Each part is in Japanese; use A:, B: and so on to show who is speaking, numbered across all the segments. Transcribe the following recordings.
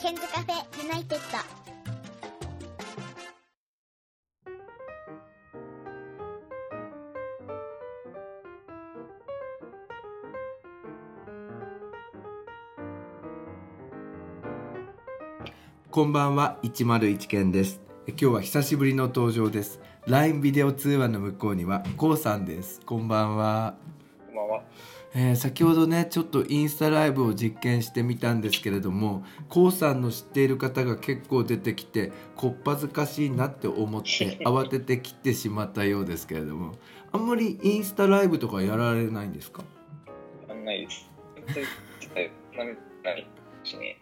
A: ケンズカフェユナイテッド。
B: こんばんは101件ですえ今日は久しぶりの登場です LINE ビデオ通話の向こうにはこうさんですこんばんは、
C: こんばんは。
B: えー先ほどねちょっとインスタライブを実験してみたんですけれどもこうさんの知っている方が結構出てきてこっぱずかしいなって思って慌てて切ってしまったようですけれどもあんまりインスタライブとかやられないんですか
C: あんないです。なみないですね。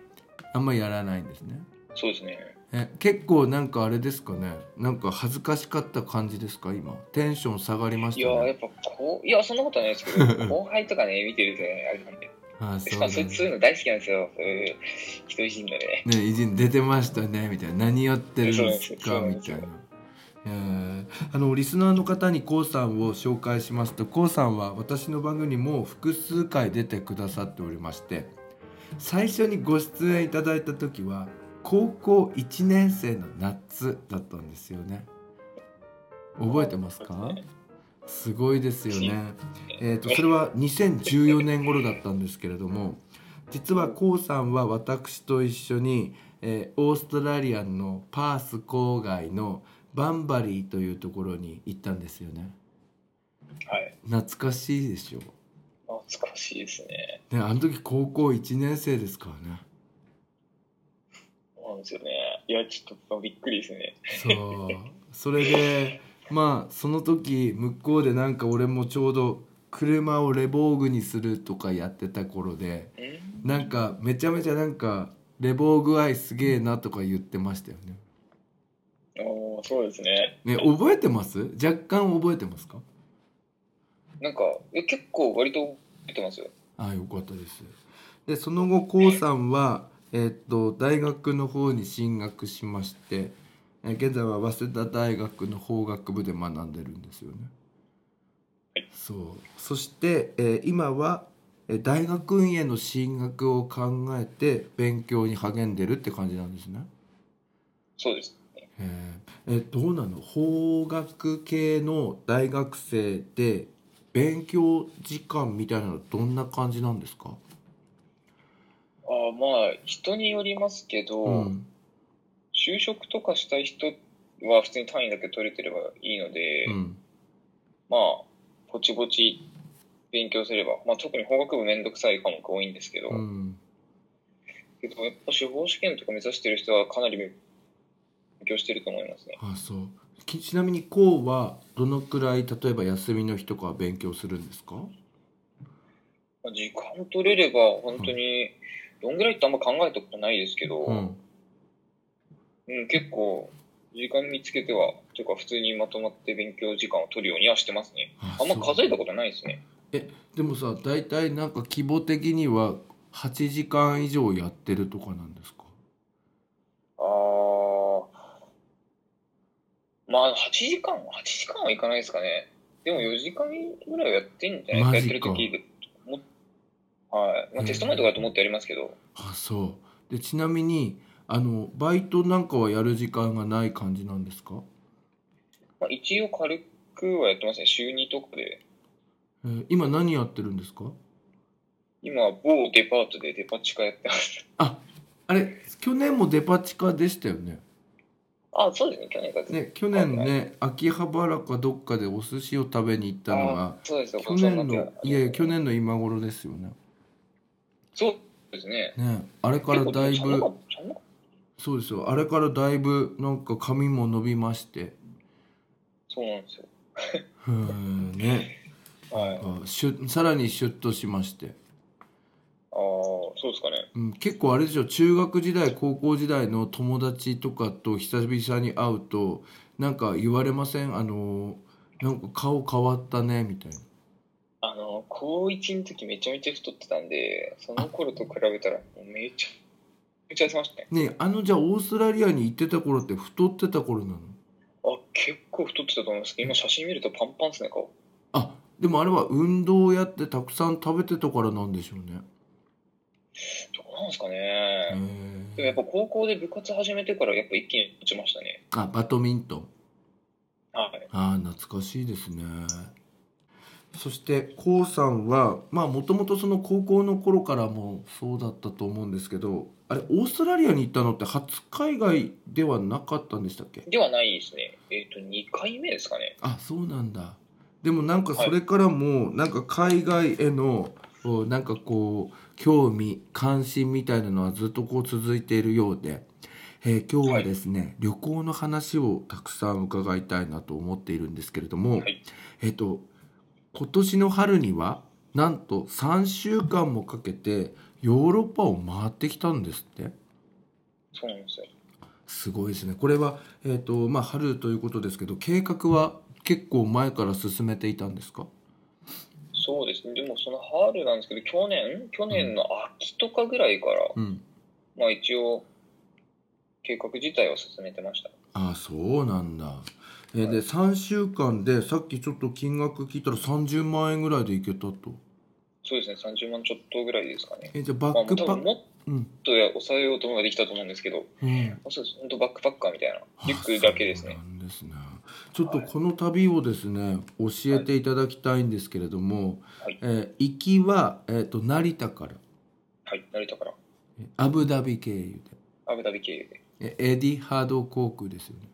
B: あんまりやらないんですね
C: そうですね。
B: え結構なんかあれですかねなんか恥ずかしかった感じですか今テンション下がりま
C: い
B: し
C: や
B: た、
C: や
B: ね
C: っぱこう、いや、そんなことはないですけど、 後輩とかね、見てるとね、あれなんで。
B: ああ
C: し
B: そう
C: か
B: なん
C: もそ
B: で
C: ういう
B: す
C: そういうの大好きなんですよ。そういう人いじんのね。
B: ね偉人出てましたねみたいな何やってるんです
C: そう
B: か
C: なん
B: み
C: です
B: た
C: よ
B: いなえーあのリスナーの方にこうさんを紹介しますとこうさんは私の番組にもう複数回出てくださっておりまして最初にご出演いただいた時は高校1年生の夏だったんですよね覚えてますかすごいですよねえー、とそれは2014年頃だったんですけれども実はこうさんは私と一緒に、えーオーストラリアのパース郊外のバンバリーというところに行ったんですよね
C: はい。
B: 懐かしいでしょ
C: 懐かしいですね。
B: ねあの時高校1年生ですからね
C: そうなんですよね。いや、ちょっとびっくりですね。
B: そうそれでまあその時向こうでなんか俺もちょうど車をレボーグにするとかやってた頃で
C: うん
B: なんかめちゃめちゃなんかレボー具合すげえなとか言ってましたよね。
C: おーそうですね。
B: ね覚えてます？若干覚えてますか？
C: なんか、え結構割と出てますよ。
B: ああよかったです。でその後こうさんはえーっと大学の方に進学しまして、えー現在は早稲田大学の法学部で学んでるんですよね
C: はい。
B: そう。そして、えー今はえー大学院への進学を考えて勉強に励んでるって感じなんですね。
C: そうです。
B: へええどうなの法学系の大学生で勉強時間みたいなのはどんな感じなんですか、
C: あーまあ、人によりますけど、
B: うん、
C: 就職とかしたい人は普通に単位だけ取れてればいいので、
B: うん、
C: まあぼちぼち勉強すれば、まあ、特に法学部めんどくさい科目多いんですけど、
B: うん、
C: けどやっぱ司法試験とか目指してる人はかなり勉強してると思いますね
B: あそうきちなみにこうはどのくらい例えば休みの日とかは勉強するんですか
C: まあ時間取れれば本当にどんぐらいってあんま考えたことないですけど、う
B: うんん
C: 結構時間見つけてはというか普通にまとまって勉強時間を取るようにはしてますね
B: あ
C: あんま数えた
B: こ
C: ことないですね
B: とでもさ大体なんか規模的には8時間以上やってるとかなんですか
C: あーまあ、8時間、8時間はいかないですかね。でも4時間ぐらいはやってんじゃない
B: マ
C: です
B: ジ
C: か、
B: か
C: やってる時もはい。
B: う
C: まあ、
B: ん
C: テスト前とかだと思ってやりますけど、
B: あそうでちなみにあのバイトなんかはやる時間がない感じなんですか
C: まあ、一応軽くはやってますね、週2とかで。
B: えー今何やってるんですか
C: 今、某デパートでデパ地下やってます。
B: ああれ去年もデパ地下でしたよね
C: あ、そうですね、去年からずっと
B: ね去年ね秋葉原かどっかでお寿司を食べに行ったのが
C: あそうですよ、
B: 去年
C: そんな
B: のいやいや去年の今頃ですよね
C: そうですね。
B: ねあれからだい
C: 結構寒か
B: ぶ
C: った寒かった
B: そうですよあれからだいぶなんか髪も伸びまして
C: そうなんですよ。
B: うーんね
C: はい。あ
B: あしゅさらにシュッとしまして
C: あ、そうですかね。
B: うん、結構あれでしょ中学時代高校時代の友達とかと久々に会うとなんか言われませんあのなんか顔変わったねみたいな
C: あの、高1の時めちゃめちゃ太ってたんで、その頃と比べたら、もうめちゃめちゃ痩せましたね。
B: ねえあのじゃあオーストラリアに行ってた頃って太ってた頃なの
C: あ、結構太ってたと思いますけど、今写真見るとパンパンっすね、顔。
B: あでもあれは運動をやってたくさん食べてたからなんでしょうね
C: どうなんですかね。でもや
B: え
C: っぱ高校で部活始めてからやっぱ一気に落ちましたね。
B: あバドミントン
C: はい。
B: ああ懐かしいですねそしてこうさんはまあもともとその高校の頃からもそうだったと思うんですけどあれオーストラリアに行ったのって初海外ではなかったんでしたっけ
C: ではないですね。えっ、と、2回目ですかね。
B: あそうなんだでもなんかそれからもなんか海外へのおなんかこう興味関心みたいなのはずっとこう続いているようで、えー今日はですね、旅行の話をたくさん伺いたいなと思っているんですけれども、
C: はい
B: えっと今年の春にはなんと3週間もかけてヨーロッパを回ってきたんですって。
C: そうなんですよ。
B: すごいですね。これは、えーとまあ、春ということですけど計画は結構前から進めていたんですか
C: そうですね。でもその春なんですけど、去年去年の秋とかぐらいから、
B: うん。
C: まあ一応、計画自体を進めてました。
B: ああそうなんだ。えー
C: はい
B: で3週間でさっきちょっと金額聞いたら30万円ぐらいで行けたと。
C: そうですね、30万ちょっとぐらいですかね。
B: えじゃあバ
C: まあ、
B: ッ
C: も
B: ク
C: う多
B: パ
C: 分
B: ッ
C: もっ
B: うん、
C: とや抑えようと思えばできたと思うんですけど、
B: うん、
C: そうです、本当バックパッカーみたいな、リュッ
B: あ
C: クだけです
B: そう。
C: ね
B: なんですね。ちょっとこの旅をですね教えていただきたいんですけれども、
C: はい
B: えー行きは、えー、と成田から
C: はい、成田から、
B: えアブダビ経由
C: アブダビ経由で。
B: でえエディハード航空ですよね。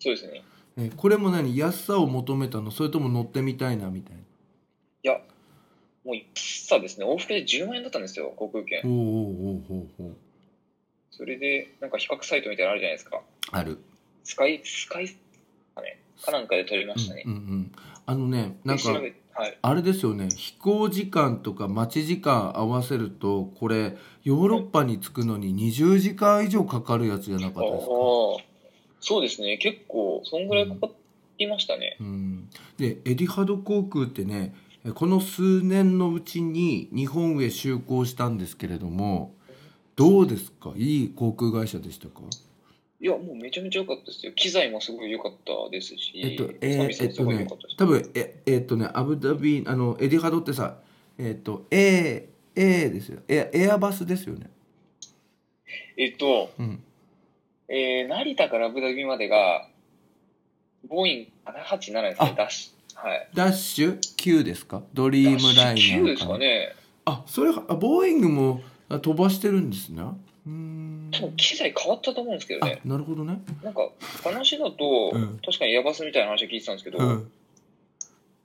C: そうですね。
B: えこれも何安さを求めたのそれとも乗ってみたいなみたい
C: いや、もう一さですね、往復で10万円だったんですよ、航空券
B: な。おうおうおうおうおう
C: それで、なんか比較サイトみたいなのあるじゃないですか。
B: ある
C: スカイ、スカイかね、かなんかで撮りましたね。
B: うんうんうん、あのねなん
C: で
B: か
C: 調べはい、
B: あれですよね飛行時間とか待ち時間合わせるとこれヨーロッパに着くのに20時間以上かかるやつじゃな
C: あ
B: かったですか、
C: ーそうですね、結構、そんぐらいかかりましたね。
B: うん、でエディハド航空ってねえこの数年のうちに日本へ就航したんですけれどもどうですかいい航空会社でしたか
C: いや、もうめちゃめちゃ良かったですよ。機材もすごい良かったですし、
B: えっと、え
C: サー
B: ー、
C: ビス
B: えっ
C: もす
B: と
C: ごい良
B: ね
C: かったし、、
B: 多分え、えっとね、アブダビ、あの、エディハドってさ、えっと、A、A ですよ。エアエアバスですよね。
C: えっと、
B: うん。
C: えー成田からアブダビまでが、ボーイング787です
B: あ
C: ね、ダッシュ。はい。
B: ダッシュ Q ですかドリームライナー
C: 9ですかね。
B: あ、それ、あボーイングもあ飛ばしてるんですね。うーん。
C: 多分機材変わったと思うんですけど
B: あ
C: ね、。
B: なるほどね。
C: なんか、話だと、
B: うん
C: 確かにエアバスみたいな話を聞いてたんですけど、
B: うん。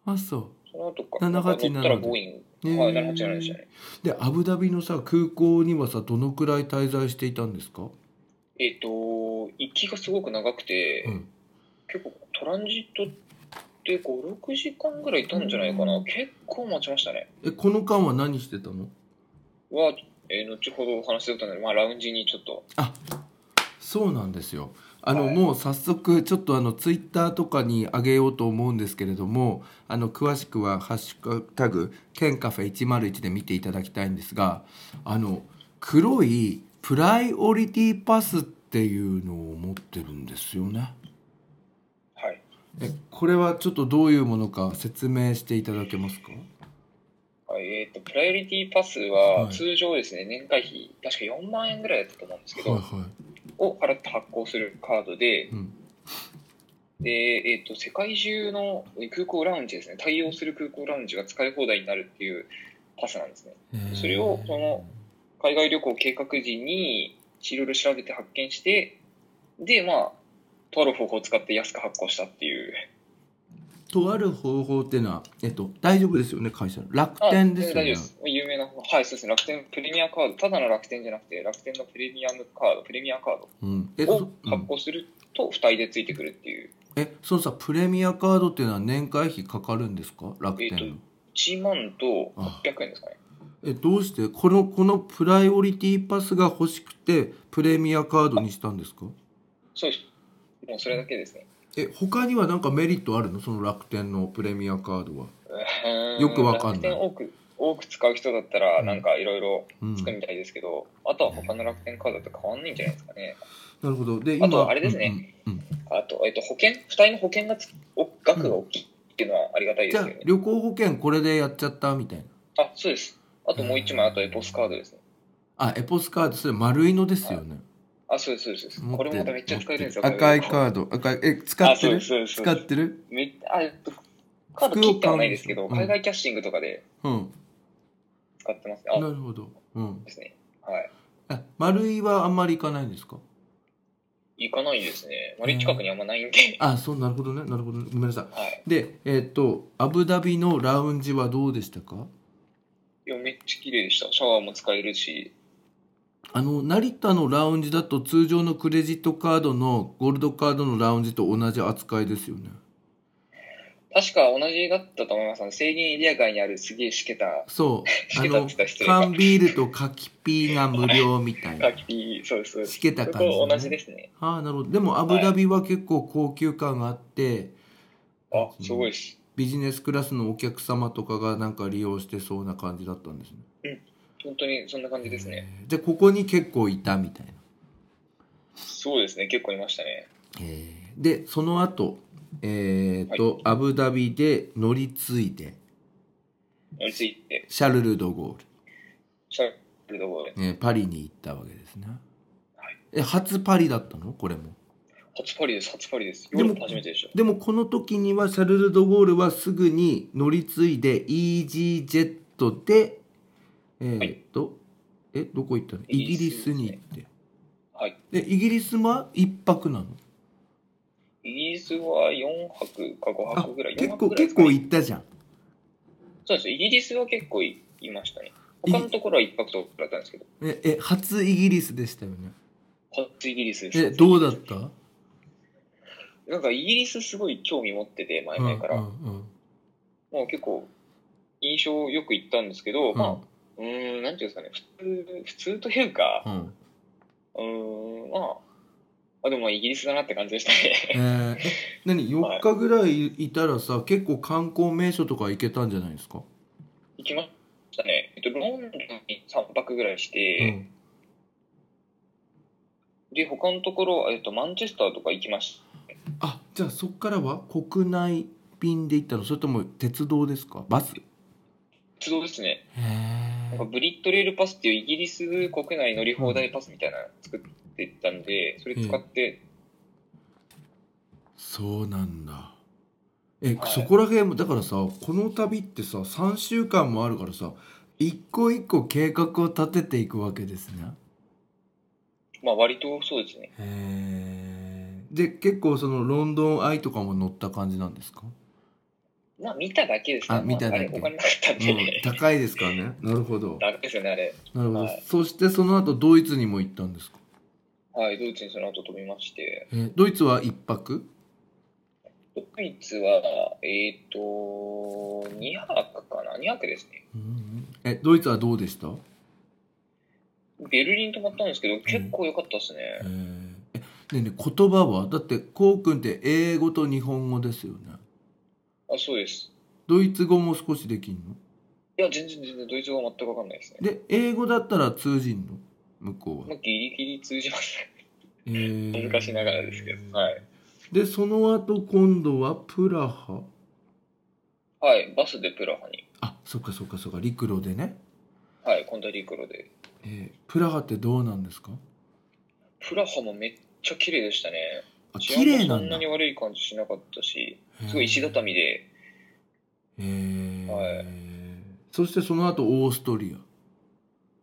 B: あ、そう。
C: その後か、
B: 787
C: なんか乗ったらボーイング、はい、
B: へー
C: 787でしたね。
B: で、アブダビのさ、空港にはさ、どのくらい滞在していたんですか
C: えっ、と、行きがすごく長くて、
B: うん
C: 結構トランジットって5、6時間ぐらいいたんじゃないかな。結構待ちましたね。
B: え、この間は何してたの
C: は、えー後ほどお話しするとなので、まあ、ラウンジにちょっと、
B: そうなんですよ。あの、
C: はい
B: もう早速ちょっとあのツイッターとかに上げようと思うんですけれども、あの詳しくはハッシュタグケンカフェ101で見ていただきたいんですが、あの黒いプライオリティパスっていうのを持ってるんですよね。
C: はい。
B: え、これはちょっとどういうものか説明していただけますか？
C: はいえっ、と、プライオリティパス
B: は
C: は、
B: い
C: 通常ですね、年会費、確か4万円ぐらいだったと思うんですけど、
B: は
C: を払って発行するカードで
B: い。、うん。
C: で、えっ、と、世界中の空港ラウンジですね、対応する空港ラウンジが使い放題になるっていうパスなんですね。それをその海外旅行計画時に、いろいろ調べて発見して、で、まあ、とある方法を使って安く発行したっていう。
B: とある方法っていうのはえっと大丈夫ですよね会社楽天ですよね。
C: 大丈夫です。有名な方。はい、そうですね。楽天プレミアカード。ただの楽天じゃなくて、楽天のプレミアムカード、プレミアカー
B: うん。え
C: ド
B: そ
C: を
B: うん
C: 発行すると、付帯でついてくるっていう。
B: えそのさプレミアカードっていうのは年会費かかるんですか楽天の
C: えっと1万と
B: あ
C: 800円ですかね。
B: えどうしてこのこのプライオリティパスが欲しくてプレミアカードにしたんですか
C: そうです。もうそれだけですね。
B: え他にはなんかメリットあるのその楽天のプレミアカードは、
C: うー
B: よくわかんない
C: 楽天多く、多く使う人だった
B: う
C: ら、
B: ん
C: なんかいろいろ
B: うん、
C: つく
B: な
C: みたいですけど、あとは他の楽天カードと変わんないんじゃないですかね。
B: るほどで
C: あとあれですね、
B: うんうんうん
C: あと、えっと、保険、付帯の保険がつお額が大きいっていうのはありがたい
B: じ
C: で
B: ゃ
C: す
B: あ
C: けどね。
B: 旅行保険これでやっちゃったみたいな
C: あ、そうです。あともう一枚、あとエポスカードですね。
B: あエポスカードそれ丸いのですよね
C: あ、そうです、そうですそうです。
B: 持っ
C: これもまた
B: て
C: めっちゃ使えるんですよ。
B: 赤い
C: ー
B: カード赤いえ使
C: あ、
B: って
C: そう
B: る
C: です、そうです。そう
B: 使
C: で
B: っ
C: す
B: てる
C: めっあ、えっと、カード切ってはないですけ
B: う
C: ど、
B: ん
C: 海外キャッシングとかで
B: うん
C: 使ってますね。
B: な
C: あ、
B: るほどうん
C: ですね。はい。
B: あ丸いはあんまりいかないんですか
C: 行かないですね。割り近くにあんまない んで。
B: あそうなるほどねなるほどねごめんなさい
C: はい。
B: でえっ、とアブダビのラウンジはどうでしたか
C: いや、めっちゃ綺麗でした。シャワーも使えるし。
B: あの成田のラウンジだと通常のクレジットカードのゴールドカードのラウンジと同じ扱いですよね
C: 確か同じだったと思います。あの制限エリア外にあるすげえしけた、
B: そうあ
C: しけた
B: の
C: って言ったら失礼
B: 缶
C: か。
B: ビールと柿ピーが無料みたいな
C: カキ、そうです、そうです。
B: しけた
C: そ
B: 感じね、
C: こ同じですね。
B: ああなるほどでもアブダビは結構高級感があって、
C: あ、すごいです。
B: ビジネスクラスのお客様とかがなんか利用してそうな感じだったんですね
C: 本当にそんな感じですね。
B: えーじゃあここに結構いたみたいな
C: そうですね、結構いましたね。
B: えーでその後えーと、アブダビで乗り継いで
C: 乗り継いで、
B: シャルル・ド・ゴール
C: シャルドゴール。
B: えーパリに行ったわけですね、
C: はい
B: え初パリだったのこれも
C: 初パリです、初パリです。
B: で
C: ヨ
B: も
C: ーロッパ初めてでし
B: でもこの時にはシャルル・ド・ゴールはすぐに乗り継いでイージージェットでえーっと、えどこ行ったのイ
C: イ
B: ギ
C: ギ
B: リ
C: リ
B: ス
C: ス
B: に行って
C: た。はい。
B: でイギリスは一泊なの
C: イギリスは4泊か5
B: あ
C: 泊ぐらい。4
B: 結
C: 泊
B: 構
C: ぐらいで
B: 結
C: すかね
B: 構行ったじゃん
C: そうです。イギリスは結構いいましたね。
B: い
C: 他のところは1泊とかだったんですけど、
B: ええ初イギリスでしたよね
C: 初イギリスです。
B: えどうだった
C: なんかイギリスすごい興味持ってて、前々から。
B: うんうんうん
C: もう結構、印象よく行ったんですけど、
B: うん
C: まあ、うーん、なんていうんですかね、普通、普通というか、
B: うん
C: うーん、まあ、あ、でもまあイギリスだなって感じでしたね。
B: えーえ何4日ぐらいいたらさ結構観光名所とか行けたんじゃないですか、
C: 行きましたね。えっと、ロンドンに3泊ぐらいして、で、他のところ、えっと、マンチェスターとか行きまし
B: うん、あじゃあそっからは国内便で行ったのそれとも鉄道ですかバス
C: た。鉄道ですね。
B: へえ
C: なんかブリットレールパスっていうイギリス国内乗り放題パスみたいなの作ってたんで、それ使って、
B: そうなんだえ、
C: はい
B: そこら辺もだからさこの旅ってさ3週間もあるからさ一個一個計画を立てていくわけですね
C: まあ割とそうですね。
B: へえで結構そのロンドンアイとかも乗った感じなんですか
C: まあ見ただけですね。
B: あ見ただけ
C: まああれお金なかったんで、
B: うん、高いですからね。なるほ ど。
C: だけですよね、あれ。
B: なるほど。
C: はい
B: そしてその後ドイツにも行ったんですか。
C: はい、ドイツにその後飛びまして、
B: えードイツは一泊？
C: ドイツは、えっ、と、2泊かな ?2 泊ですね。
B: えドイツはどうでした？
C: ベルリン泊まったんですけど、結構良かったですね
B: え。ーえねえねえ言葉はだってこうくんって英語と日本語ですよね。
C: あ、そうです。
B: ドイツ語も少しできんの？
C: いや、全然全然ドイツ語は全くわかんないですね。
B: で英語だったら通じんの？向こう
C: ま
B: は。
C: あ、ギリギリ通じますね。
B: えー
C: 難しながらですけど。はい。。
B: でその後今度はプラハ。
C: はい、バスでプラハに。
B: あそっかそっかそっか陸路でね。
C: はい、コンタリークロで。
B: えープラハってどうなんですか？
C: プラハもめっちゃ綺麗でしたね。
B: あ綺麗
C: 治安も
B: な
C: そん
B: ん
C: な
B: だ
C: に。悪い感じしなかったし、すごい石畳で、
B: へー
C: はい
B: そしてその後オーストリ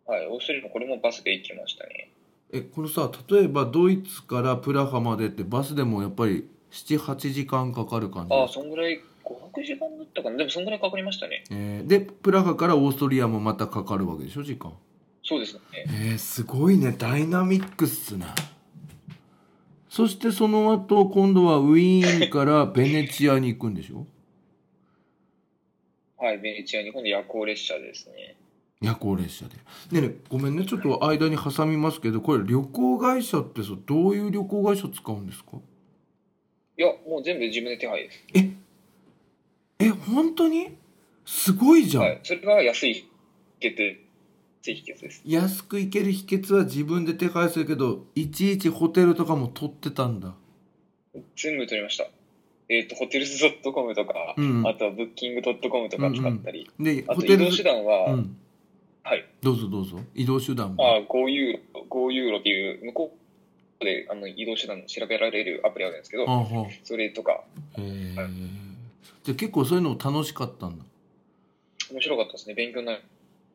B: ア
C: はい、オーストリアもこれもバスで行きましたね。
B: えこのさ例えばドイツからプラハまでってバスでもやっぱり78時間かかる感じ
C: あ
B: で
C: あ、そんぐらい、5、6時間だったかな。でもそんぐらいかかりましたね。
B: えーでプラハからオーストリアもまたかかるわけでしょ時間
C: そうですね。
B: えー、すごいねダイナミックっすねそしてその後今度はウィーンからベネチアに行くんでしょ
C: はい、ベネチアに今度夜行列車ですね。
B: 夜行列車でねえねえごめんねちょっと間に挟みますけどこれ旅行会社ってさどういう旅行会社使うんですか
C: いや、もう全部自分で手配です。
B: ええ本当にすごいじゃん、
C: はい、それが安い秘訣、安い秘訣です。
B: 安く行ける秘訣は自分で手配するけどいちいちホテルとかも取ってたんだ
C: 全部取りました。えっ、と、ホテルズ .com とか、
B: うん
C: あとはブッキング .com とか使ったり、
B: で
C: あ
B: ホ
C: と
B: テ
C: 移
B: ル
C: 動手段は、
B: うん
C: はい。
B: どうぞどうぞ移動手段も
C: あー5ユーロ、5ユーロっていう、向こうであの移動手段調べられるアプリあるんですけど
B: あ、はへ
C: それとか、
B: え
C: は
B: じゃあ結構そういうのも楽しかったんだ
C: 面白かったですね。勉強になり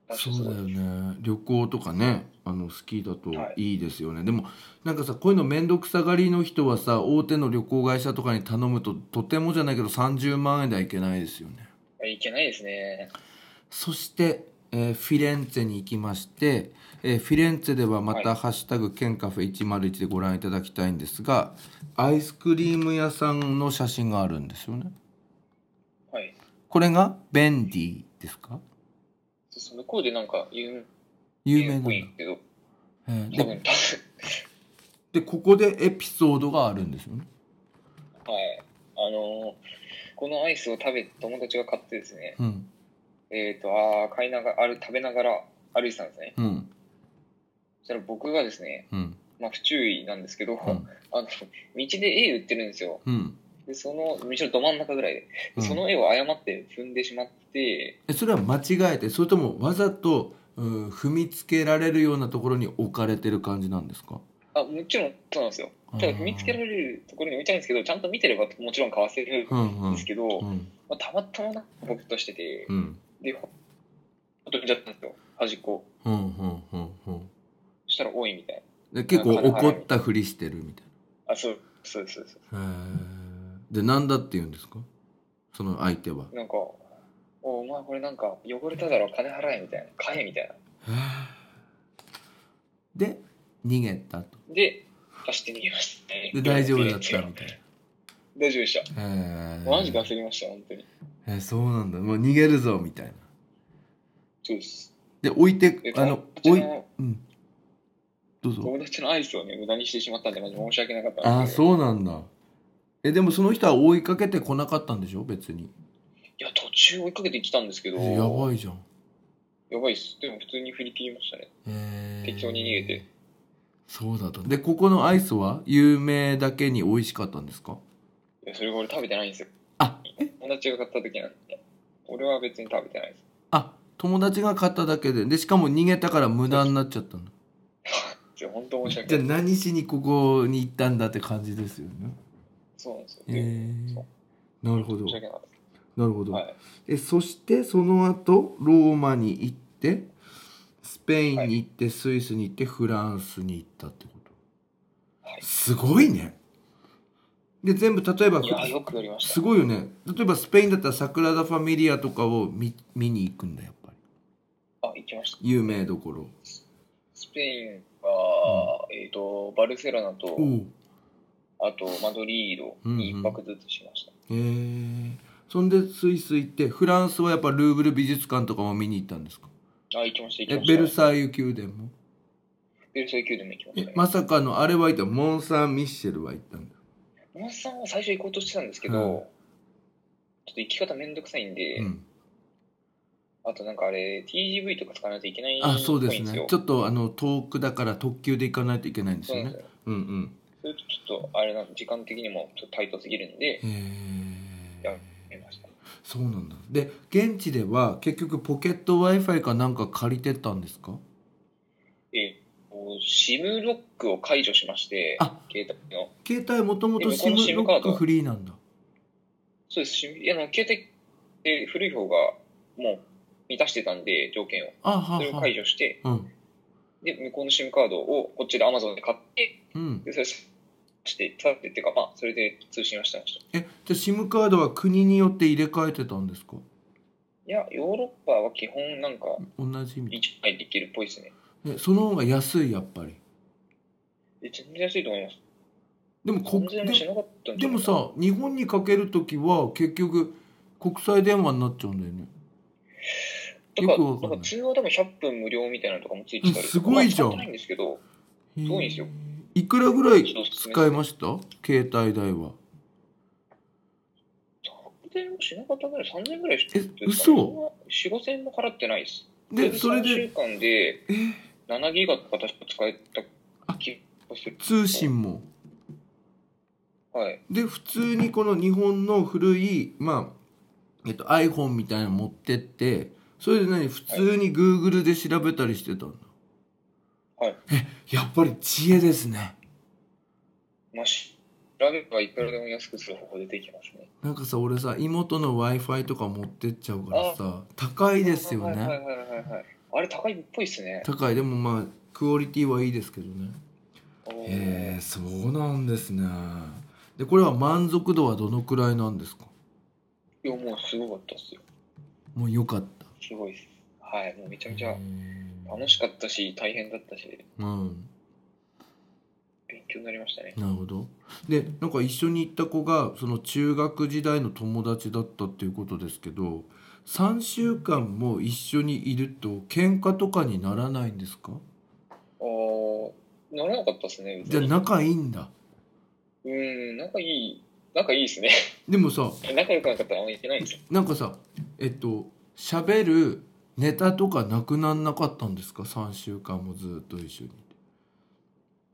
C: ました。
B: そうだよね旅行とかねあの好きだと
C: はい
B: いいですよね、でもなんかさこういうの面倒くさがりの人はさ大手の旅行会社とかに頼むととてもじゃないけど30万円ではいけないですよね
C: すごいいけないですね。
B: そして、えーフィレンツェに行きまして、えーフィレンツェではま
C: は
B: た「ハッシュタグケンカフェ101」でご覧いただきたいんですがアイスクリーム屋さんの写真があるんですよね
C: はい。
B: これがベンディですか
C: そ向こうでなんか有
B: 有名なんだ
C: いけど、
B: えー
C: 多
B: で
C: 分、多
B: でここでエピソードがあるんですよね
C: 分はい。あのーこのアイスを食べ、友達が買ってですね、
B: うん
C: えっ、と、ああ、買いながら、ある食べながら歩いてたんですね。
B: うん
C: そしたら僕がですね、
B: うん
C: まあ不注意なんですけど、
B: うん
C: あの、道で絵売ってるんですよ。
B: うん、
C: で、その、道のど真ん中ぐらいで。
B: うん
C: その絵を誤って踏んでしまって、
B: えそれは間違えてそれともわざと、うん、踏みつけられるようなところに置かれてる感じなんですか
C: あ、もちろんそうなんですよ。ただ踏みつけられるところに置いたいんですけど、ちゃんと見てればもちろん買わせる
B: うんん
C: ですけど、
B: うんうん
C: まあ、たまたまなんかボケっとしてて、
B: うん
C: で、ほんと見ちゃったんですよ。端っこ。
B: うんうんうんうん
C: そしたら多いみたいな。
B: で結構怒ったふりしてるみたい
C: あ、そう、そうですそうです。
B: なへえで何だって言うんですかその相手は
C: なんか、おお前これなんか汚れただろ、金払えみたいな、買えみたいな。
B: へえで逃げたと
C: で、走って逃げましたね。
B: で大丈夫だっ
C: いや
B: たみたい
C: 大丈夫でした。
B: なへえ
C: マジで焦りました、本当に。
B: えそうなんだもう逃げるぞみたいな
C: そうです。
B: で置い
C: で
B: てあの
C: 友
B: 置
C: 達
B: い
C: の
B: うんどうぞ
C: 友達のアイスをね、無駄にしてしまったんで、マジ申し訳なかったんですけど
B: あそうなんだえでもその人は追いかけてこなかったんでしょ別に
C: いや、途中追いかけてきたんですけど、
B: えやばいじゃん
C: やばいっす。でも普通に振り切りましたね。
B: えー
C: 適当に逃げて
B: そうだったでここのアイスは有名だけに美味しかったんですか
C: いや、それが俺食べてないんですよ。
B: あ
C: 友達が買った時なんで。俺は別に食べてないです。
B: あ友達が買っただけででしかも逃げたから無駄になっちゃったんだ
C: じゃ本当申し
B: じ
C: 訳
B: ゃあ
C: ない。
B: 何しにここに行ったんだって感じですよね
C: そうなんですよ。
B: え
C: で
B: ー
C: そう
B: なるほど
C: 申し訳なかっ
B: なるほど、
C: た。はい。
B: えそしてその後ローマに行ってスペインに行って、スイスに行ってフランスに行ったってこと、
C: はい
B: すごいねで全部例えば
C: いや、よくやりまし
B: す
C: た。
B: ごいよね例えばスペインだったらサグラダ・ファミリアとかを見見に行くんだやっぱり
C: あ、行きました。
B: 有名どころ
C: スペインは、えっ、と、バルセロナと、
B: おう
C: あと、マドリードに一泊ずつしました。
B: へえそんでスイス行ってフランスはやっぱルーブル美術館とかも見に行ったんですか
C: あ、行きました、
B: え
C: 行きました。
B: ベルサイユ宮殿も
C: ベルサイユ宮殿も行きました、
B: え
C: ね。
B: まさかのあれは行ったモン・サン・ミッシェルは行ったんだ
C: モンスさんは最初行こうとしてたんですけど、
B: うん
C: ちょっと行き方めんどくさいんで、
B: うん
C: あとなんかあれ、TGV とか使わないといけないっぽいん
B: あ
C: です
B: そ
C: よ。
B: うですねちょっとあの遠くだから特急で行かないといけないんです
C: そう
B: よ
C: なんで
B: ね
C: すよ。
B: うんうん
C: それとちょっと、あれなん時間的にもちょっとタイトすぎるんで、
B: へ
C: や
B: え
C: めました。
B: そうなんだで現地では結局ポケット w i f i かなんか借りてったんですか
C: えシムロックを解除しまして、
B: あ
C: 携帯の。
B: 携帯もともと
C: で向こうの
B: SIM ロ
C: SIM カ
B: ッ
C: ー
B: ク
C: ド
B: フリーなんだ
C: そうです、シムあの携帯で古い方がもう満たしてたんで、条件を。
B: あは
C: それを
B: は
C: 解除して、
B: うん
C: で、向こうの SIM カードをこっちで Amazon で買って、
B: うん
C: で、それして、たってっていうか、まあ、それで通信はしてました。
B: えじゃあ SIM カードは国によって入れ替えてたんですか
C: いや、ヨーロッパは基本なんか、
B: 同じみたい
C: 一枚できるっぽいですね。
B: えその方が安いやっぱり
C: え全然安いと思います。
B: でも国
C: 完全
B: で
C: もしなかったんじ
B: で
C: ゃない
B: も
C: かな、
B: さ日本にかける時は結局国際電話になっちゃうんだよね
C: とか
B: よくわかんない
C: なんか通話でも100分無料みたいなのとかもついてたりとか
B: うんすごいじゃん
C: まあ使ってないんですけど、
B: へえ
C: そうですよ
B: いくらぐらい
C: ちょっと
B: 使いました携帯代は
C: 100円もしなかったぐらい、3000円ぐらいして
B: え
C: るんですかね
B: 嘘
C: ?4、5000円も払ってないです。
B: でそれ
C: 3週
B: で
C: 間で
B: え
C: 7ギガとか確か使えた気がする。
B: 通信も
C: はい。
B: で普通にこの日本の古いまあえっと iPhone みたいなの持ってってそれで何普通に Google で調べたりしてたんだ
C: はい
B: えやっぱり知恵ですね
C: まあ、調べればいくらでも安くする方法出てきますね。
B: なんかさ俺さ妹の w i f i とか持ってっちゃうからさ高いですよ
C: はいは
B: ね
C: いはいはいはい。あれ高いっぽいっすね。
B: 高いでもまあクオリティはいいですけどねへえそうなんですねでこれは満足度はどのくらいなんですか
C: いや、もうすごかったっすよ。
B: もう良かった
C: すごいっす。はい、もうめちゃめちゃ
B: へえ
C: 楽しかったし、大変だったし、
B: うん
C: 勉強になりましたね。
B: なるほどでなんか一緒に行った子がその中学時代の友達だったっていうことですけど3週間も一緒にいると喧嘩とかにならないんですか
C: あーならなかったっすね。
B: じゃあ仲いいんだ
C: うーん、仲いい。仲いいっすね。
B: でもさ
C: 仲良くなかったらあんまいけないんですよ。
B: なんかさえっと喋るネタとかなくなんなかったんですか3週間もずっと一緒に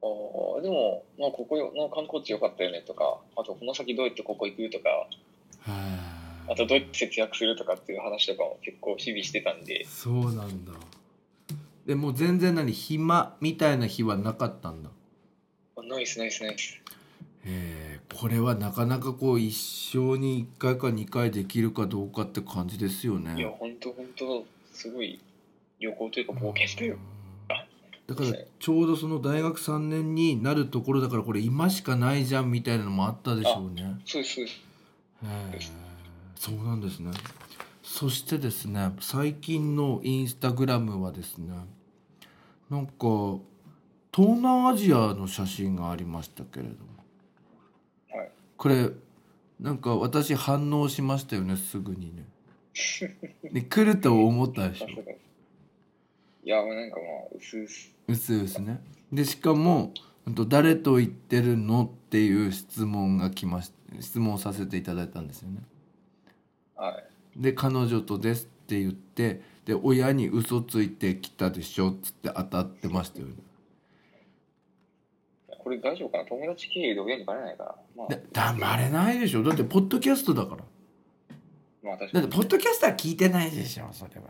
C: あーでも、まあ、ここの観光地良かったよねとか、あとこの先どうやってここ行くとか、
B: へえ
C: あとどうやって節約するとかっていう話とかも結構日々してたんで、
B: そうなんだでもう全然何暇みたいな日はなかったんだ
C: あナイスナイスナイス。
B: えーこれはなかなかこう一生に1回か2回できるかどうかって感じですよね。
C: いや、ほんとほんと、すごい旅行というか冒険したよ。
B: だからちょうどその大学3年になるところだからこれ今しかないじゃんみたいなのもあったでしょうね。
C: そうです、そうです。
B: えーそうなんですね。そしてですね最近のインスタグラムはですねなんか東南アジアの写真がありましたけれども、
C: はい
B: これなんか私反応しましたよねすぐにね。 で来ると思ったでし
C: さ
B: ょ
C: すがですいや、もうなんかまあ、うすうす。
B: うすうすね。でしかもほんと誰と言ってるのっていう質問が来まし質問させていただいたんですよね。
C: は
B: で彼女とですって言ってで親に嘘ついてきたでしょっつって当たってましたよね
C: い。これ大丈夫かな友達経由で親にバレないから。まあ
B: だ、黙れないでしょだってポッドキャストだから
C: まあ確
B: だ
C: か
B: って
C: に。
B: ポッドキャストは聞いてないでしょそれは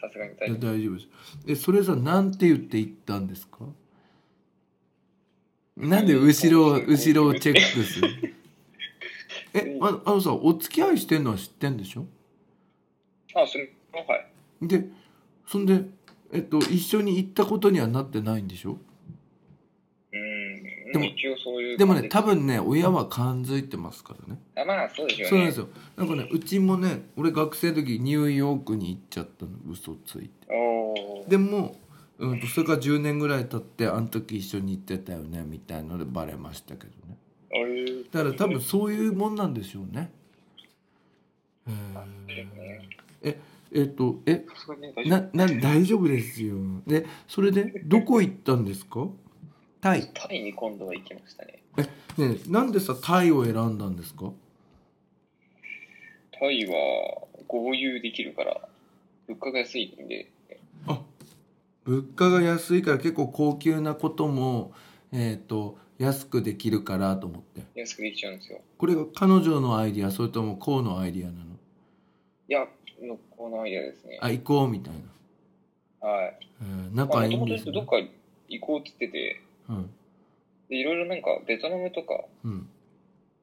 C: さすがに大
B: い
C: 丈
B: や
C: 夫。
B: 大丈夫ですえそれさなんて言って言ったんですかなんで後ろを後ろをチェックするえああのさお付き合いしてんのは知ってんでしょ
C: あ、それ、はい。
B: でそんでえっと一緒に行ったことにはなってないんでしょ
C: うん。
B: でも
C: 一応そういう
B: で
C: 感
B: も
C: じ。
B: ね多分ね親は感づいてますからね
C: あ。まあ、そうですよね。
B: そうなんですよなんかねうちもね俺学生の時ニューヨークに行っちゃったの嘘ついて
C: おー
B: でも、うん、とそれから10年ぐらい経ってあの時一緒に行ってたよねみたいのでバレましたけどね
C: あれ
B: だから多分そういうもんなんでしょうねへええっとえ
C: さすがに大丈夫。
B: なな大丈夫ですよでそれでどこ行ったんですかタイね
C: タイに今度は行きましたね。
B: えなんでさタイを選んだんですか
C: タイは合流できるから、物価が安いんで、
B: あ物価が安いから結構高級なことも、えー、と安くできるからと思って
C: 安くできちゃうんですよ。
B: これが彼女のアイディアそれともこうのアイディアなの
C: いや、のこのアイデアですね。
B: あ行こうみたいな、
C: はい。
B: えー
C: まあ、
B: 仲いいん
C: 元
B: で
C: 々
B: す
C: どっ
B: ね
C: か行こうって言ってて、
B: うん
C: でいろいろなんかベトナムとか、
B: うん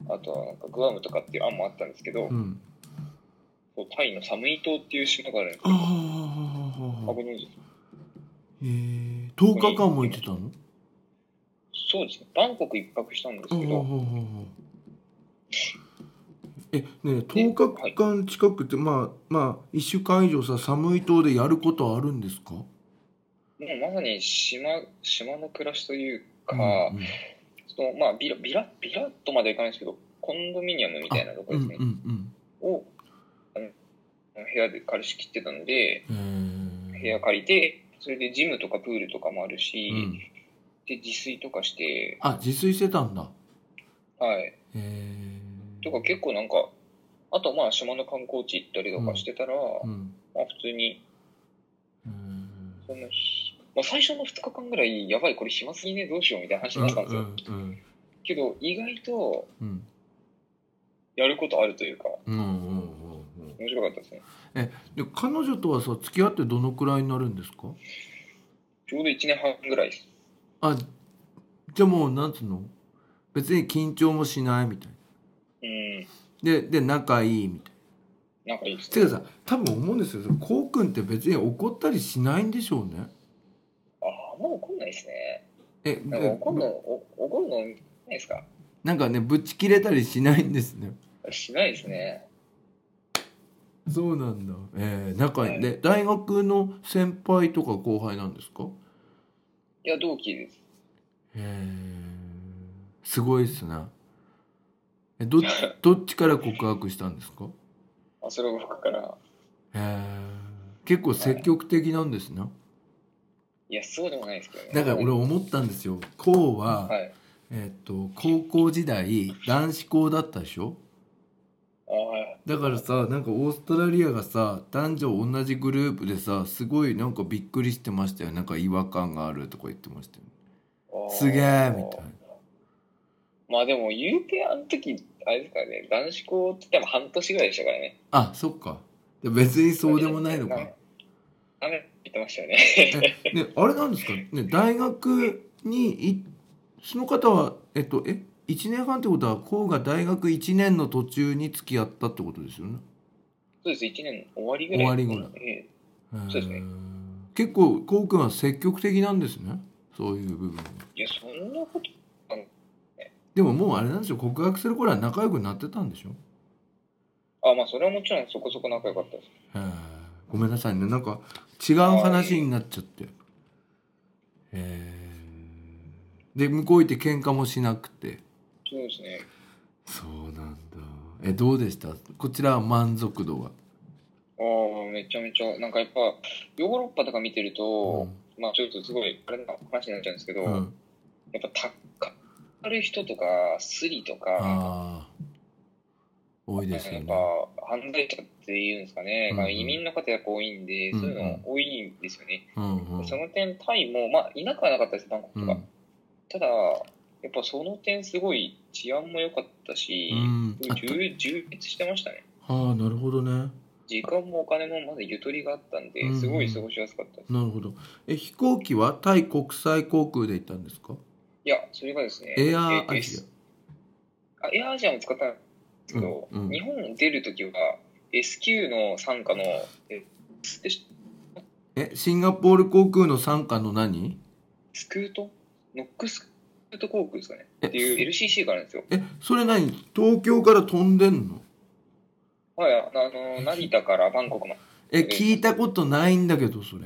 C: あとはなんかグアムとかっていう案もあったんですけど、
B: うん
C: そうタイのサムイ島っていう島があるんです
B: あ
C: よ。あ
B: あ
C: ご存知です
B: えー、10日間も行ってたの
C: そうですね。バンコク一泊したんです
B: あ
C: けど、
B: ーえねえ10日間近くって、まあまあ1週間以上さ寒い島でやることあるんですか、
C: もうまさに島、島の暮らしというか、
B: うんうん
C: そのまあビラ、ビラ、ビラッとまではいかないですけど、コンドミニアムみたいなとこ
B: う
C: で
B: んう
C: す
B: ん
C: ね。
B: うん
C: をあの部屋で借りしきってたの
B: へ
C: で部
B: ー
C: 屋借りてそれでジムとかプールとかもあるし、
B: うん、
C: で自炊とかして
B: あ自炊してたんだ
C: はい
B: へえ
C: とか結構なんかあとまあ島の観光地行ったりとかしてたら、
B: うん
C: まあ普通に
B: うん
C: その日、まあ、最初の2日間ぐらいやばいこれ暇すぎねどうしようみたいな話
B: う
C: に
B: ん
C: なったんですよ、
B: うん
C: けど意外と
B: うん
C: やることあるというか
B: うんうんうんうんうん
C: 面白かったですね。
B: えで彼女とはさ付き合ってどのくらいになるんですか
C: ちょうど1年半ぐらいです。
B: あじゃあもうなんつうの別に緊張もしないみたいな
C: うん、
B: でで仲いいみたいな
C: 仲いいです
B: て
C: ね。
B: かさ多分思うんですよこうくんって別に怒ったりしないんでしょうね
C: ああ、もう怒んないですね。
B: え
C: でも怒るの、お怒るのないですか
B: なんかねぶち切れたりしないんですね
C: しないですね。
B: そうなんだえー、仲い
C: はいい
B: で大学の先輩とか後輩なんですか
C: いや、同期です。
B: へえすごいっすねえどっちどっちから告白したんですか
C: あそれを僕から。
B: へえ結構積極的なんですね
C: いや、そうでもないですけどね。
B: だから俺
C: は、
B: 思ったんですよこうは、
C: はい。
B: えっと高校時代男子校だったでしょ
C: あはい。
B: だからさなんかオーストラリアがさ男女同じグループでさすごいなんかびっくりしてましたよなんか違和感があるとか言ってましたよ、ね、
C: あー
B: すげえみたいな
C: まあでも、言うて、あの時、あれですからね、男子校って言っても半年ぐらいでしたからね。
B: あそっかで別にそうでもないのか
C: 雨雨言ってましたよね。
B: え、ね、あれなんですかね大学にいその方はえっとえ1年半ってことはこうが大学1年の途中に付き合ったってことですよね
C: そうです、1年の終わりぐらい。
B: 終わりぐらい
C: い。そうですね
B: へー結構こうくんは積極的なんですねそういう部分はい
C: や、そんなこと、
B: でももうあれなんでしょ告白する頃は仲良くなってたんでしょ
C: あ、まあ、それはもちろんそこそこ仲良かったです。
B: へーごめんなさいねなんか違う話になっちゃってへえで向こう行って喧嘩もしなくて
C: そうですね。
B: そうなんだえどうでしたこちらは満足度は
C: ああ、めちゃめちゃ、なんかやっぱ、ヨーロッパとか見てると、まあ、ちょっとすごい、あれな話になっちゃうんですけど、
B: うん、う
C: や
B: ん、
C: っぱ、たっかかる人とか、スリとか、
B: ああ多いです
C: や
B: よ
C: っ
B: ね
C: ぱ、犯罪者っていうんですかね、
B: うん
C: まあ、移民の方が多いんで、
B: うん
C: そういうの多いんですよね。
B: うんうん
C: その点、タイも、まあ、田舎はなかったです、バンコク
B: う
C: と
B: ん
C: か。ただ、やっぱその点、すごい治安も良かったし、
B: うんあ
C: 充充実してましたね。
B: ああなるほどね
C: 時間もお金もまだゆとりがあったん
B: う
C: で
B: ん、
C: すごい過ごしやすかったです。
B: なるほどえ飛行機はタイ国際航空で行ったんですか
C: いや、それがですね、
B: エアーア
C: AS
B: ジ
C: あエアアジアも使ったんですけど、
B: うんうん
C: 日本出るときは S q の傘下の、えス
B: アえシンガポール航空の傘下の何
C: スクートノックスクート航空ですかね
B: え
C: っていう LCC があるんですよ。
B: えそれ何東京から飛んでんの
C: はい、あの、成田からバンコクまで。
B: え聞いたことないんだけどそれ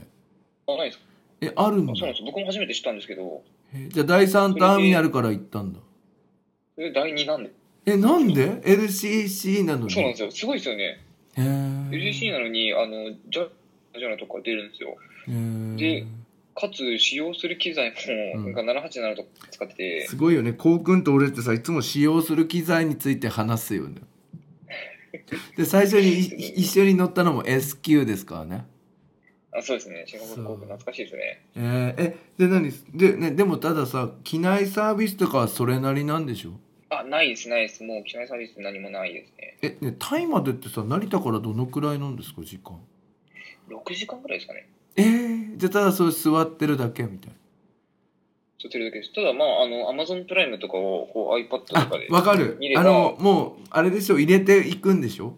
C: あないです
B: えあるん
C: あ
B: だ
C: そうなんです僕も初めて知ったんですけど、
B: えじゃあ第3ターミナルから行ったんだ
C: それ第2なんで。
B: えなんで LCC なのに
C: そうなんですよ。すごいですよね。
B: へー
C: LCC なのに、あの、ジャジャラとか出るんですよ。
B: へー
C: でかつ、使用する機材も、
B: うん
C: なんか787とか使ってて
B: す、ごいよねコウ君と俺ってさいつも使用する機材について話す よねで最初にいい一緒に乗ったのも SQ ですからね
C: あそうですね、シンガポール航空懐かしいですね。
B: えーえで何で,、ね、でもたださ機内サービスとかはそれなりなんでしょ
C: あ、ないです、ないです。もう機内サービス何もないですね。
B: え、ね、タイまでってさ成田からどのくらいなんですか時間
C: 6時間ぐらいですかね。
B: えー、じゃあただそれ座ってるだけみたい
C: 撮ってるだけです。ただ、まあ、あの、アマゾンプライムとかを、こう、iPad と
B: なあ
C: かで。
B: わかる
C: 見れば
B: あのもうあれでしょ入れていくんでしょ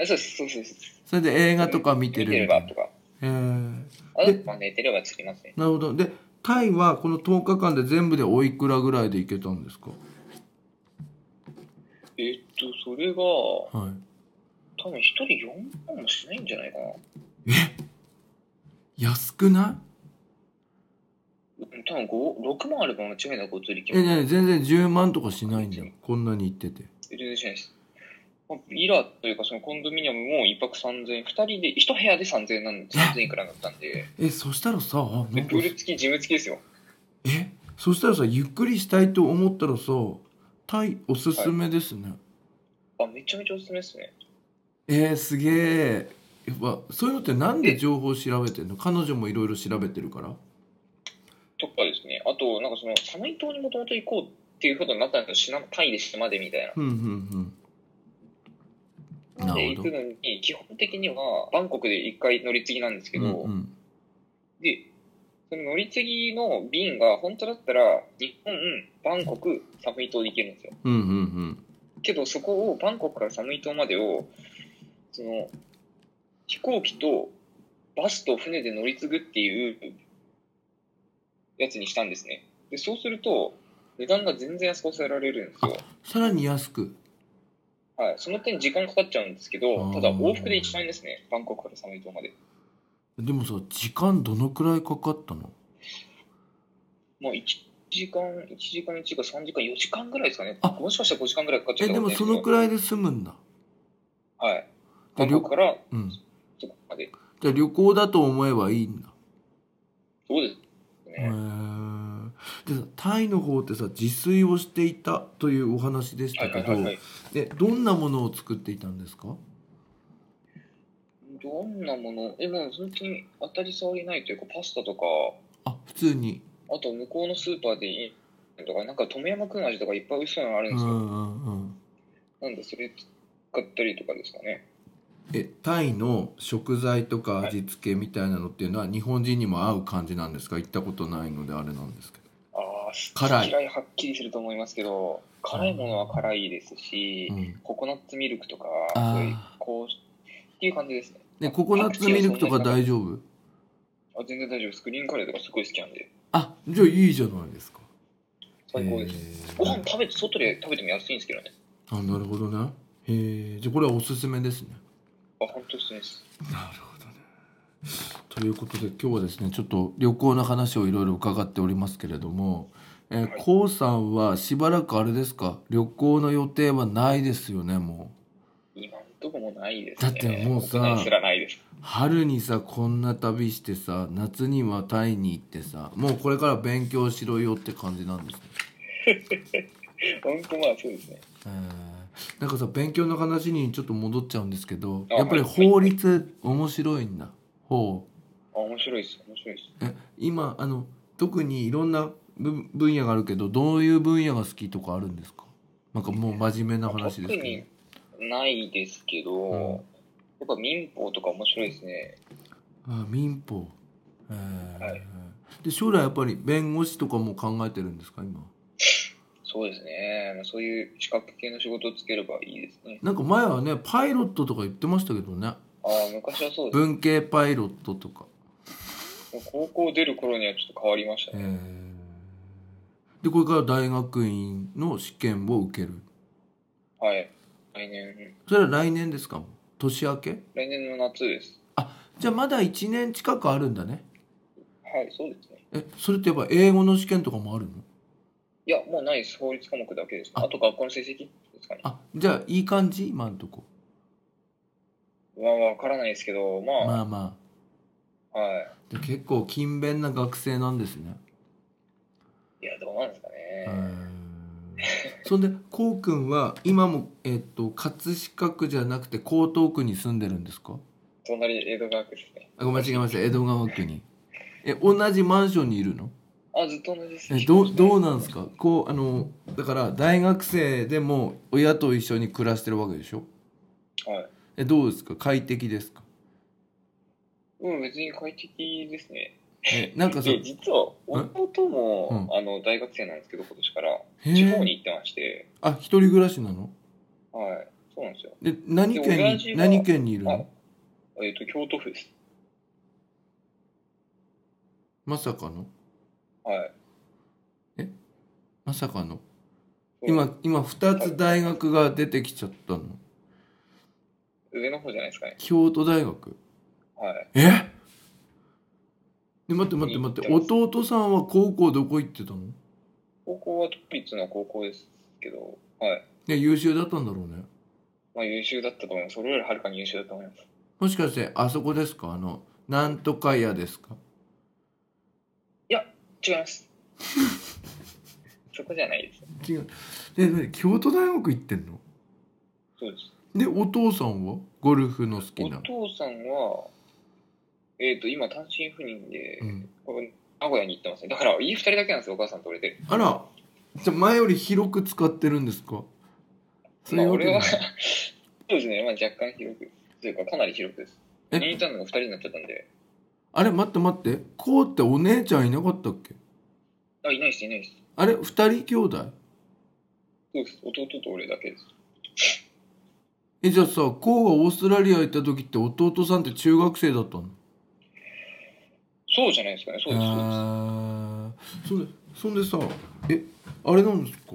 C: あそうです、そうですそうです。
B: それで映画とか見てる
C: 見てれ
B: みたい
C: ば
B: な
C: とか。
B: えー
C: あ
B: で
C: まあ、寝てればつきますね。
B: なるほどでタイはこの10日間で全部でおいくらぐらいで行けたんですか
C: えっと、それが、多
B: はい
C: 分一人4万もしないんじゃないかな。
B: 安くな
C: うん多分5 6万あれば間違いなくお釣り
B: い
C: き
B: え、
C: ます。
B: ね、全然10万とかしないんだよこんなに行ってて
C: 全然しないです。まあイラというか、そのコンドミニアムも一泊3000円、二人で、一部屋で3000円なんで、3000いくらだったん で、
B: えそしたらさあな
C: で
B: んか
C: プール付き、ジム付きですよ。
B: えそしたらさゆっくりしたいと思ったらさタイおすすめですね、
C: あ、めちゃめちゃおすすめですね。
B: えー、すげえやっぱそういうのってなんで情報調べてんの彼女もいろいろ調べてるから
C: とかですね、あと、なんかその、サマイ島にもともと行こうっていうことになったんですよ、しなタイでしてまでみたいな。
B: うんうんうんな
C: で行くのに、基本的には、バンコクで一回乗り継ぎなんですけど、
B: うんうん
C: で、その乗り継ぎの便が、本当だったら、日本、バンコク、サムイ島で行けるんですよ。
B: うんうんうん
C: けど、そこを、バンコクからサムイ島までを、その、飛行機とバスと船で乗り継ぐっていうやつにしたんですね。で、そうすると、値段が全然安く抑えられるんですよ。
B: さらに安く
C: はい、その点時間かかっちゃうんですけど
B: あー、
C: ただ往復で1万円ですね、バンコクからサムイ島まで。
B: でもさ時間どのくらいかかったの
C: もう1時間、1時間、1時間、3時間、4時間ぐらいですかね
B: あ。
C: もしかしたら5時間ぐらいかかっちゃっ
B: え
C: た
B: で
C: かも
B: も
C: しれ
B: そ
C: ない
B: のくらいで済むんだ
C: はい。バ
B: で
C: ン
B: 旅
C: コクから
B: うん
C: そこまで。
B: じゃあ旅行だと思えばいいんだ
C: そうです
B: へえ
C: ね。
B: でさタイの方ってさ自炊をしていたというお話でし
C: は
B: た
C: いは
B: け
C: いはいは
B: ど
C: い。
B: でどんなものを作っていたんですか
C: どんなものえ、もう本当に当たり障りないというか、パスタとか、
B: あ普通に
C: あと向こうのスーパーでいいとか、なんか富山くん味とかいっぱい美味しそうなのあるん
B: う
C: で
B: ん
C: す
B: う
C: よ。
B: んうん
C: なんでそれ使ったりとかですかね。
B: えタイの食材とか味付けみたいなのっていうのは日本人にも合う感じなんですか行ったことないのであれなんですけど
C: ああ、好
B: 辛い
C: き嫌いはっきりすると思いますけど、辛いものは辛いですし、
B: うん
C: ココナッツミルクとか、
B: あー
C: そういう、こう、っていう感じですね。
B: ねココナッツミルクとか大丈夫
C: あ全然大丈夫です。グリーンカレーとかすごい好きなんで、
B: あじゃあいいじゃないですか
C: 最高です。
B: へー
C: ご飯食べて、外で食べても安いんですけどね。
B: あなるほどねへえじゃあこれはおすすめですね
C: あ、本当おすすめです。
B: なるほどねということで今日はですねちょっと旅行の話をいろいろ伺っておりますけれどもえー
C: はい
B: こうさんはしばらくあれですか旅行の予定はないですよねも
C: 今んとこもないですね。
B: だってもうさ
C: 国内すらないです。
B: う春にさこんな旅してさ夏にはタイに行ってさもうこれから勉強しろよって感じなんですね
C: 本当まあそうですね。
B: えーなんかさ勉強の話にちょっと戻っちゃうんですけど
C: あ
B: やっぱり
C: はいはい
B: 法律面白いんだ法
C: あ、面白いです。面白いです。
B: え今あの特にいろんな分分野があるけどどういう分野が好きとかあるんですかなんかもう真面目な話です
C: 特
B: け
C: に
B: ど
C: ないですけど、
B: うん
C: やっぱ民法とか面白いですね。
B: あ民法、えー
C: はい
B: で将来やっぱり弁護士とかも考えてるんですか今
C: そうですね。まあそういう資格系の仕事をつければいいですね。
B: なんか前はねパイロットとか言ってましたけどね
C: ああ、昔はそうで
B: 文系パイロットとか、
C: す。もう高校出る頃にはちょっと変わりました
B: え
C: ね。
B: ーでこれから大学院の試験を受ける
C: はい。来年、
B: それは来年ですかもう年明け
C: 来年の夏です。
B: じゃあまだ1年近くあるんだね
C: はい、そうですね。
B: えそれってやっぱ英語の試験とかもあるの
C: いや、もうないです。法律科目だけです。
B: あ
C: あと学校の成績ですかね。
B: あじゃあいい感じ今んとこ
C: まあ、わからないですけど、ま
B: まあま
C: あ、は
B: あで結構勤勉な学生なんですね、
C: い。いや、どうなんですか
B: うー
C: ね。
B: んそんでこうくんは今も、えっと葛飾区じゃなくて江東区に住んでるんですか
C: 隣、江戸川区ですね。
B: あごめん違いました江戸川区にえ同じマンションにいるの
C: あ、ずっと同じです。
B: えどうどうなんですかこうあのだから大学生でも親と一緒に暮らしてるわけでしょ
C: はい。
B: えどうですか快適ですか
C: うん、別に快適ですね。
B: えなんかさ
C: で、実は、弟も
B: う、
C: あの、大学生なんですけど、今年から、
B: へー
C: 地方に行ってまして、
B: あ一人暮らしなの
C: はい。そうなんですよ。
B: で何
C: で
B: 県
C: 親父
B: に
C: は
B: 何県にいるの
C: えっ、と、京都府です。
B: まさかの
C: はい。
B: まさかの今今2つ大学が出てきちゃったの
C: 上の方じゃないですかね。
B: 京都大学
C: はい。
B: えで待って待って待って弟さんは高校どこ行ってたの
C: 高校は都立の高校ですけど、はい。
B: ね優秀だったんだろうね
C: まあ、優秀だったと思います。それよりはるかに優秀だと思います。
B: もしかしてあそこですかあのなんとか屋ですか
C: 違います。 そこじゃないです。
B: 違うでで京都大学行ってんの
C: そうです。
B: でお父さんはゴルフの好き
C: お
B: な
C: 父さんは、えっ、と、今単身赴任で、
B: うん、
C: これ名古屋に行ってますね。だから、いい二人だけなんですよ、お母さんと俺で。
B: あらじゃあ前より広く使ってるんですかそう
C: ま
B: い
C: あ、
B: うわけ
C: 俺
B: じゃ
C: は
B: ない、
C: そうですね、まあ、若干広く、というかかなり広くです。ユニ
B: え
C: ータンのが2人になっちゃったんで、
B: あれ待って待ってこうってお姉ちゃんいなかったっけ
C: あ、いないです、いないです。
B: あれ二人兄弟
C: そうです、弟と俺だけです。
B: えじゃあさこうがオーストラリア行った時って弟さんって中学生だったの
C: そうじゃないですかね、そうです、
B: あーそ
C: そうです。
B: んでそんでさえあれなんですか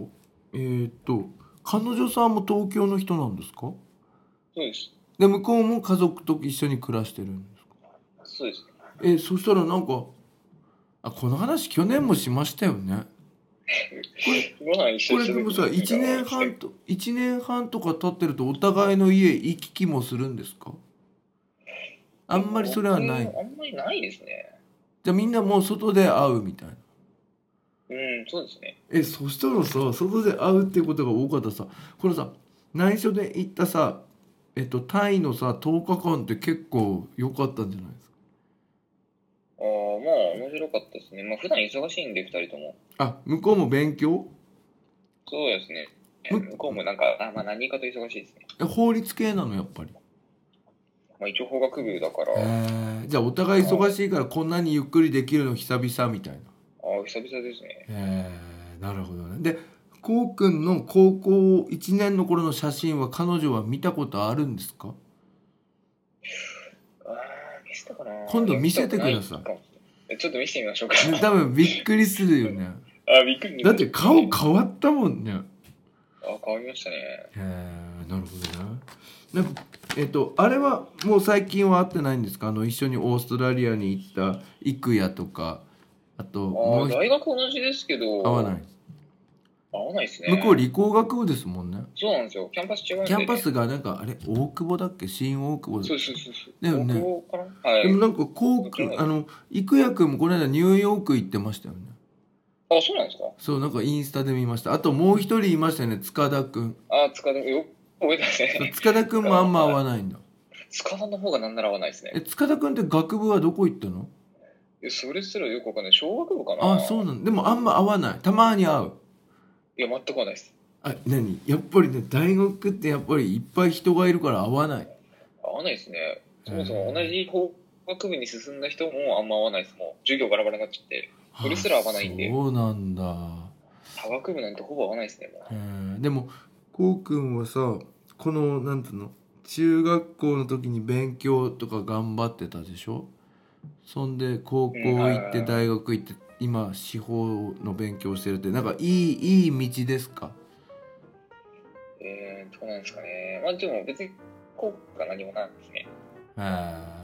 B: えー、っと彼女さんも東京の人なんですか
C: そうです。
B: で向こうも家族と一緒に暮らしてるんですか
C: そうです。
B: えそしたらなんかあこの話去年もしましたよね
C: ご飯一
B: こ
C: 緒
B: れ
C: に
B: でもさ
C: 食べて
B: 1年半と一年半とか経ってるとお互いの家行き来もするんですかあんまりそれはない
C: 僕あんまりないですね。
B: じゃあみんなもう外で会うみたいな
C: うん、そうですね。
B: えそしたらさ外で会うってことが多かったさこのさ内緒で行ったさえっとタイのさ10日間って結構良かったんじゃないですか
C: ああ、まあ、面白かったですね。まあ、普段忙しいんで、二人とも。
B: あ向こうも勉強
C: そうですね。
B: うん
C: 向こうもなんか、あまあ、何かと忙しいですね。
B: え法律系なのやっぱり
C: まあ、一応法学部だから、あ
B: えーじゃあお互い忙しいからこんなにゆっくりできるの久々みたいな
C: あ、久々ですね。
B: えーなるほどねでこうくんの高校1年の頃の写真は彼女は見たことあるんですか
C: ああ、見せたかな。
B: 今度見せてください
C: やったことないかもしれないえちょっと見せてみましょうか。
B: ね多分びっくりするよね
C: あびっくり。
B: だって顔変わったもんね
C: あ変わりましたね。
B: へえなるほどねなんかえっとあれはもう最近は会ってないんですかあの一緒にオーストラリアに行った幾谷とかあと
C: あ
B: も
C: ー
B: う一
C: 大学同じですけど、
B: 人会わない
C: 合わないですね。
B: 向こう理工学部ですもんね
C: そうなんですよ。キャンパス違うんで。
B: キャンパスがなんかあれ大久保だっけ新大久保
C: そうそうそうそう。
B: だよね
C: 北欧かなは
B: でも
C: い。
B: なんかこうくんあの郁也くんもこの間ニューヨーク行ってましたよね
C: あ、そうなんですか
B: そうなんかインスタで見ましたあともう一人いましたよね塚田くん
C: あ、塚田、よ、覚えてます
B: そう
C: ね。
B: 塚田くんもあんま会わないんだ
C: 塚田の方がなんなら合わないですね。
B: え塚田くんって学部はどこ行ったの
C: いやそれすらよくわかんない。小学部かな
B: あそうなんでもあんま会わないたまに会う
C: いや、全く合わないです。
B: あ何やっぱりね大学ってやっぱりいっぱい人がいるから会わない
C: 合わないですね。そもそ
B: へ
C: も
B: ー
C: 同じ法学部に進んだ人もあんま合わないです。もう授業バラバラになっちゃって。それすら会わないんで
B: あそうなんだ
C: 他学部なんてほぼ合わないですね。もう
B: うんでもこうくんはさこのなんていうの中学校の時に勉強とか頑張ってたでしょそんで高校行って
C: うん
B: 大学行って今司法の勉強してるってなんかいいいい道ですか
C: えー、どうなんですかね。まあでも別に効果が何もないですね。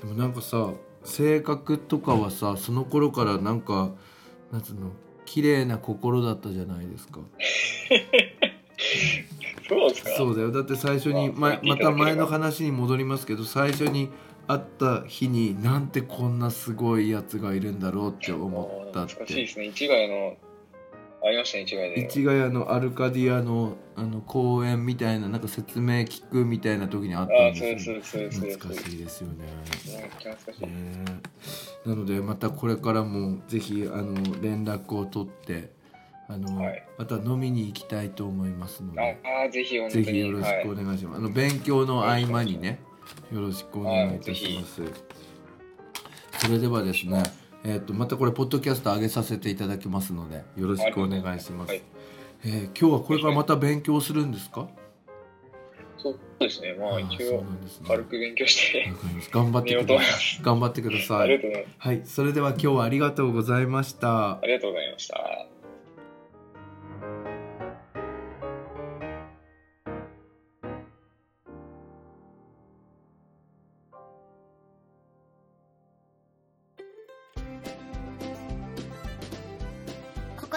B: でもなんかさ性格とかはさその頃からなんかなんつうの綺麗な心だったじゃないですか
C: そうですか
B: そうだよだって最初 に
C: まあ
B: まま
C: 聞いてなけれ
B: た
C: ば
B: 前の話に戻りますけど最初に会った日になんてこんなすごいやつがいるんだろうって思った
C: あー
B: っ
C: 懐かしいで
B: て
C: すね。市ヶ谷の、ありましたね、市ヶ谷で。
B: 市ヶ谷のアルカディアのあの公園みたいななんか説明聞くみたいな時に会った
C: あ
B: ん
C: あ、そうで、
B: ですす
C: そう
B: よ
C: です、そうです。そうです
B: 懐かしいですよね。
C: うん懐かしい。
B: ねえなのでまたこれからもぜひあの連絡を取ってあの、
C: はい
B: また飲みに行きたいと思いますので
C: ああ、ぜひ、本当
B: ぜ
C: に。
B: ひよろし
C: はい
B: くお願いします、あの勉強の合間にねよろしくお願いいたします、それではですねえっ、とまたこれポッドキャスト上げさせていただきますのでよろしくお願いします、
C: はい
B: えー今日はこれからまた勉強するんですか
C: そうですね、まあ
B: ー
C: 一
B: そう
C: 応
B: なんですねわ
C: 軽く勉強して
B: かります頑張っ
C: 寝
B: て
C: よう
B: く
C: と思
B: だ
C: いま
B: さい
C: す。
B: 頑張ってくださ
C: あ
B: い
C: りがとうございます。
B: はい、それでは今日はありがとうございました
C: あ。りがとうございました。
A: ここ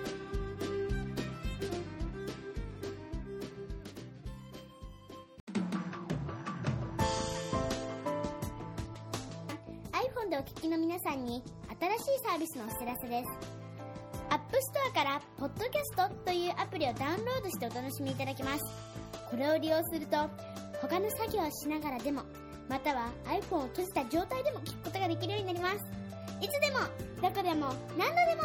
A: もンでお聞きの皆さんに新しいサービスのお知らせです。アップストアから「ポッドキャスト」というアプリをダウンロードしてお楽しみいただけますこれを利用すると他の作業をしながらでもまたは iPhone を閉じた状態でも聞くことができるようになりますいつでもどこでも何度でも